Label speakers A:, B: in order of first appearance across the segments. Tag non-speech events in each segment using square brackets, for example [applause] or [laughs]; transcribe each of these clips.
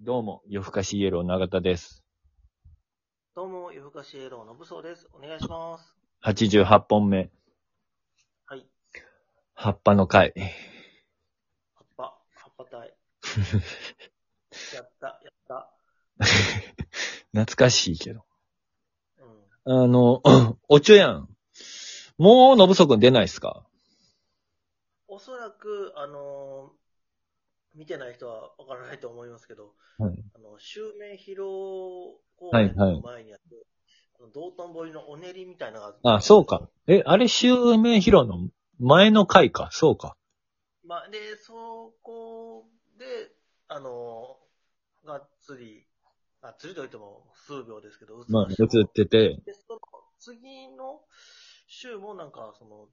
A: どうも、夜更かしイエロー永田です。
B: どうも、夜更かしエローの武装です。お願いします。
A: 88本目、
B: はい。
A: 葉っぱの回。
B: 葉っぱ、葉っぱ
A: [laughs]
B: 隊。やった、やった。
A: 懐かしいけど。
B: うん。
A: あの、 [clears throat] おちょやん。もう、のぶそくん出ないっすか
B: おそらく、あのー見てない人はわからないと思いますけど、
A: はい
B: あの、襲名披露公
A: はい
B: 演
A: はい
B: の前にあって、あの道頓堀のおねりみたいなのが
A: あ、そうか。。え、あれ、襲名披露の前の回か。そうか。
B: まあ、で、そこで、あのーがっつり、がっつりといっても数秒ですけど、
A: まあ、映ってて。
B: で、その次の週もなんか、その、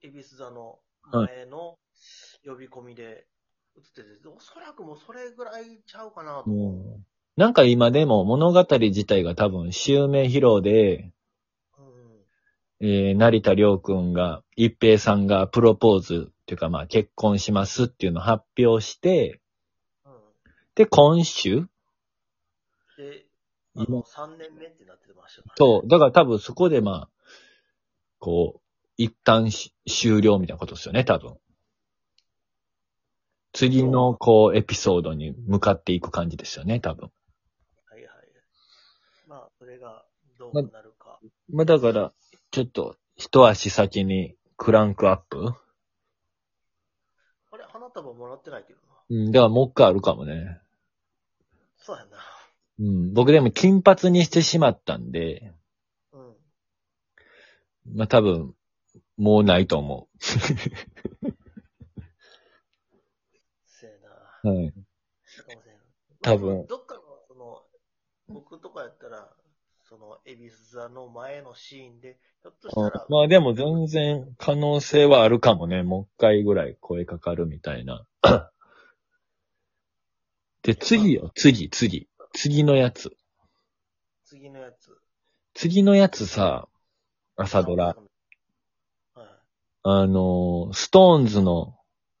B: 恵比寿座の前の呼び込みで映ってて、おそらくもうそれぐらいちゃうかなと。
A: うんなんか今でも物語自体が多分、襲名披露で、
B: うん。
A: えー、成田良くんが、一平さんがプロポーズ、っていうかまあ結婚しますっていうのを発表して、
B: うん。
A: で、今週
B: で、あ
A: 今
B: の、3年目ってなってましたからね
A: そう。だから多分そこでまあ、こう、一旦し終了みたいなことですよね、多分。次の、こう、エピソードに向かっていく感じですよね、多分。
B: はいはい。まあ、それがどうなるか。
A: まあだから、ちょっと、一足先にクランクアップ
B: あれ、花束もらってないけどな。
A: うん、だからもう一回あるかもね。
B: そうやんな。
A: うん、僕でも金髪にしてしまったんで、
B: うん。
A: まあ多分、もうないと思
B: せやな。
A: う。はい。
B: かもしれない
A: 多分
B: どっかの、その、僕とかやったら、その、エビス座の前のシーンで、ひょっとしたら、
A: まあでも全然可能性はあるかもね。もう一回ぐらい声かかるみたい
B: [coughs]
A: な。で、次よ、次、次。次のやつ。
B: 次のやつ。
A: 次のやつさ、朝ドラ。。
B: はい。
A: あのー、ストーンズの、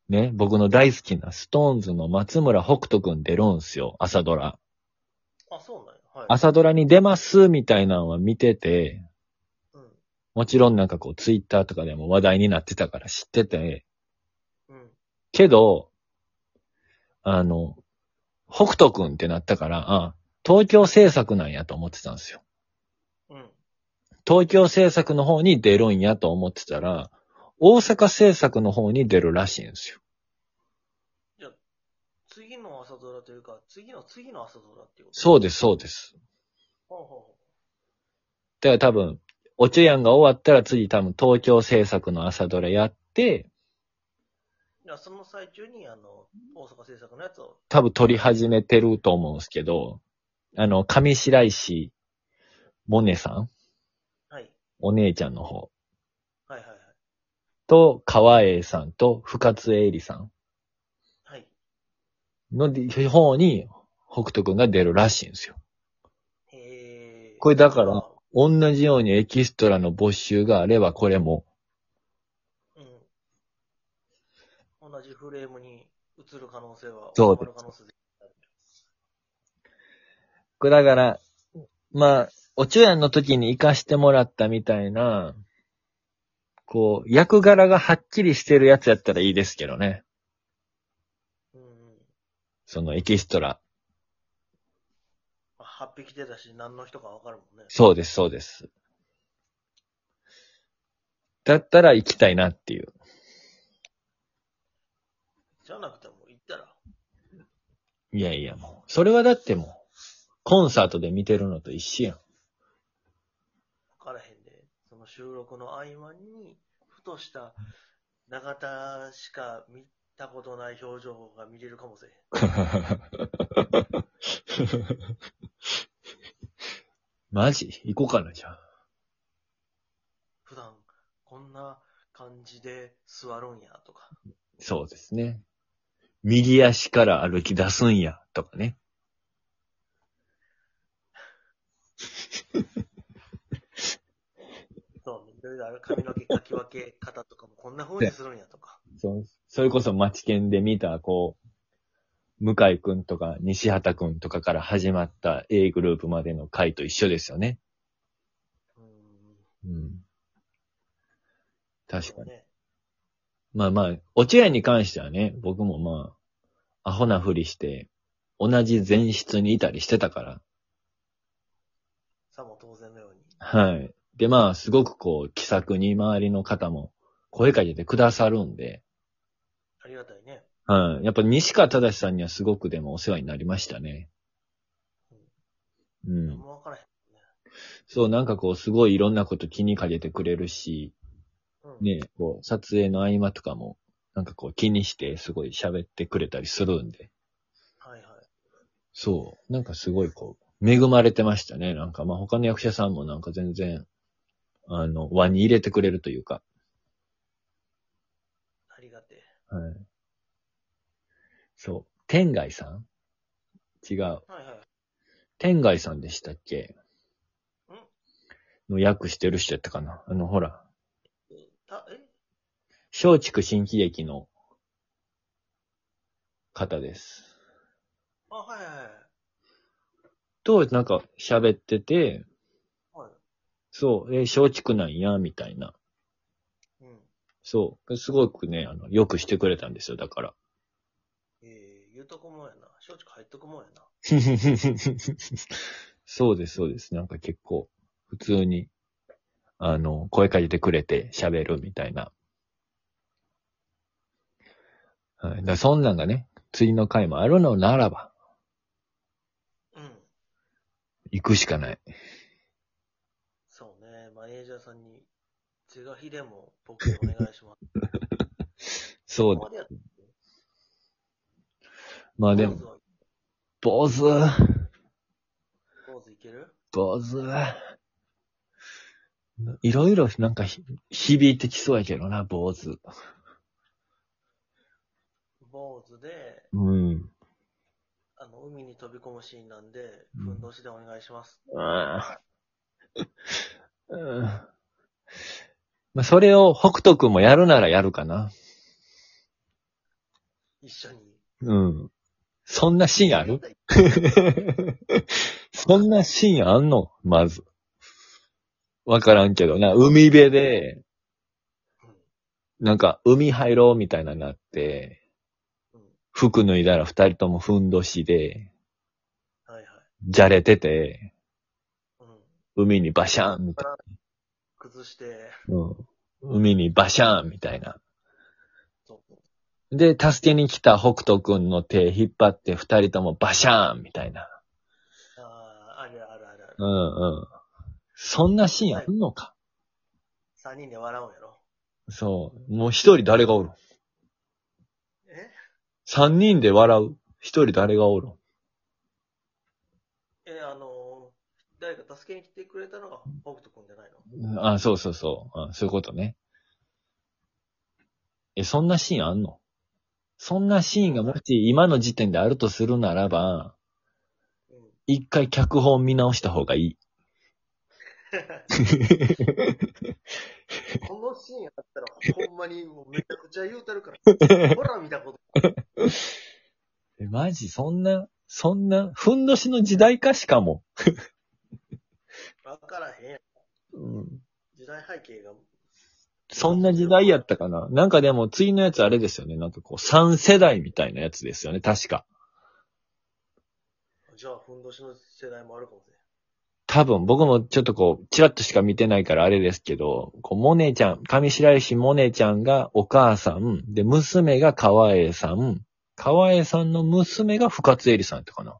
A: ね、僕の大好きなストーンズの松村北斗くん出るんすよ、朝ドラ。
B: あ、そうなんや。はい。
A: 朝ドラに出ます、みたいなのは見てて、
B: うん。
A: もちろんなんかこう、ツイッターとかでも話題になってたから知ってて、
B: うん。
A: けど、あの、北斗くんってなったから、あ、東京制作なんやと思ってたんですよ。
B: うん。
A: 東京制作の方に出るんやと思ってたら、大阪制作の方に出るらしいんですよ。
B: じゃあ次の朝ドラというか、次の次の朝ドラっていうこと
A: そうです、そうです。
B: ほうほ
A: だから多分、おちゅやんが終わったら次多分東京制作の朝ドラやって、
B: うじゃあその最中に、あの、大阪制作のやつを、
A: 多分撮り始めてると思うんですけど、あの、上白石萌音さん
B: はい。
A: お姉ちゃんの方
B: はいはいはい。
A: と、川栄さんと深津絵里さん。
B: はい。
A: の方に北斗くんが出るらしいんですよ。
B: へえ。
A: これだから、同じようにエキストラの募集があればこれも。
B: うん。同じフレームに映る可能性は、
A: そう
B: 収まる可能性
A: これだから、まあ、おちょやんの時に活かしてもらったみたいな、こう、役柄がはっきりしてるやつやったらいいですけどね。
B: うんうん。
A: そのエキストラ。
B: まあ、8匹出たし、何の人かわかるもんね。
A: そうです、そうです。だったら行きたいなっていう。
B: じゃなくても、行ったら。
A: いやいやもう。それはだってもう、コンサートで見てるのと一緒やん。
B: わからへんで、その収録の合間に、ふとした、永田しか見たことない表情が見れるかもしれへん。
A: [laughs] マジ行こうかな、じゃあ。
B: 普段、こんな感じで座るんや、とか。
A: そうですね。右足から歩き出すんや、とかね。
B: そう、いろいろある髪の毛かき分け方とかも、こんな風にするんや、とか。
A: そそれこそ街犬で見た、こう、向井くんとか西畑くんとかから始まった A グループまでの回と一緒ですよね。
B: うん。
A: うん。確かに。
B: ね。
A: まあまあ、落合に関してはね、僕もまあ、アホなふりして、同じ前室にいたりしてたから。
B: さも当然のように。
A: はい。でまあ、すごくこう、気さくに周りの方も声かけてくださるんで、
B: ありがたいね。
A: はい。やっぱ西川忠さんにはすごくでもお世話になりましたね。うん。
B: 何もわからへん。
A: そう、なんかこう、すごいいろんなこと気にかけてくれるし、
B: うん。
A: ね、こう、撮影の合間とかも、なんかこう、気にして、すごい喋ってくれたりするんで、
B: はいはい。
A: そう、なんかすごいこう、恵まれてましたね。なんか、まあ、他の役者さんもなんか全然、あの、輪に入れてくれるというか、
B: ありがてえ。
A: はい。そう、天外さん違う。
B: はいはい。
A: 天外さんでしたっけの役してる人やったかな。あの、ほら、
B: えた、え
A: 松竹新喜劇の方です。
B: あ、はいはいはい。
A: と、なんか喋ってて、
B: はい。
A: そう、えー、松竹なんや、みたいな。
B: うん。
A: そう。すごくね、あの、よくしてくれたんですよ、だから。
B: ええ言うとこもんやな。松竹入っとくもんやな。
A: [laughs] そうです、そうです。なんか結構、普通に、あの、声かけてくれて喋るみたいな。はい。だからそんなんがね、次の回もあるのならば、
B: うん。
A: 行くしかない。
B: そうね。マネージャーさんに、是が非でも僕お願いします。
A: そう
B: こ
A: だ。
B: こまでやって
A: まあで
B: ポーズ
A: も、
B: は
A: 坊主、
B: ポーズいける
A: 坊主。いろいろなんかひ響いてきそうやけどな、坊主。
B: 坊主で、
A: うん。
B: あの、海に飛び込むシーンなんで、
A: うん
B: ふんどしでお願いします。
A: あーうんまあ、それを北斗くんもやるならやるかな。
B: 一緒に。
A: うん。そんなシーンあ
B: [laughs]
A: るそんなシーンあんのまず。わからんけどな。海辺で、
B: うん。
A: なんか海入ろうみたいなになって、
B: うん。
A: 服脱いだら二人ともふんどしで、
B: はいはい。
A: じゃれてて、
B: うん。
A: 海にバシャンみたい
B: 崩して、
A: な。うん。海にバシャンみたいな。
B: そう。
A: で、助けに来た北斗くんの手引っ張って二人ともバシャーンみたいな。
B: ああ、あるあるあるあ
A: う
B: る。
A: んうん。そんなシーンあんのか。
B: 三人で笑うんやろ。
A: そう。もう一人誰がおるん
B: え
A: 三人で笑う。一人誰がおるん
B: え、あのー誰か助けに来てくれたのが北斗くんじゃないの
A: あ、そうそうそう。あそういうことね。え、そんなシーンあんのそんなシーンがもし今の時点であるとするならば、
B: うん。
A: 一回脚本見直した方がいい。
B: [laughs] このシーンやったら、ほんまにもうめちゃくちゃ言うてるから。ほら見たこと。
A: え、マジそんな、そんな、ふんどしの時代かしかも。
B: わからへんやん。
A: うん
B: 時代背景が。
A: そんな時代やったかななんかでも、次のやつあれですよね。なんかこう、三世代みたいなやつですよね。確か。
B: じゃあ、ふんどしの世代もあるかもしれん。
A: 多分、僕もちょっとこう、チラッとしか見てないからあれですけど、こう、モネちゃん、上白石モネちゃんがお母さん、で、娘が川栄さん、川栄さんの娘が深津絵里さんやったかな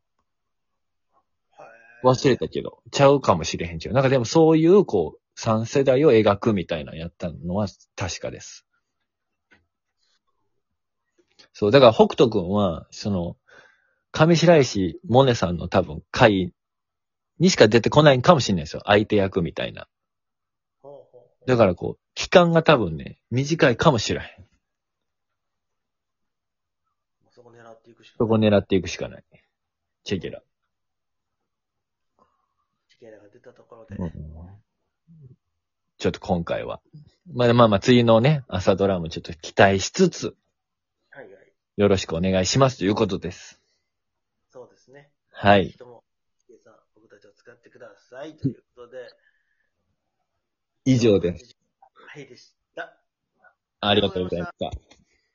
A: 忘れたけど、ちゃうかもしれへんけど、なんかでもそういう、こう、三世代を描くみたいなのやったのは確かです。そう、だから北斗くんは、その、上白石萌音さんの多分会にしか出てこないかもしれないですよ。相手役みたいな。
B: ほうほう
A: だからこう、期間が多分ね、短いかもしれへん。
B: ほうそこ狙っていくしか
A: そこ
B: ない。
A: 狙っていくしかない。チェケラ。
B: チケラが出たところで。
A: ちょっと今回は。まあまあまあ、次のね、朝ドラもちょっと期待しつつ、
B: はいはい。
A: よろしくお願いしますということです。はい
B: ぜひとも、ヒデさん、僕たちを使ってください。ということで。
A: 以上です。
B: はい、でした。
A: ありがとうございました。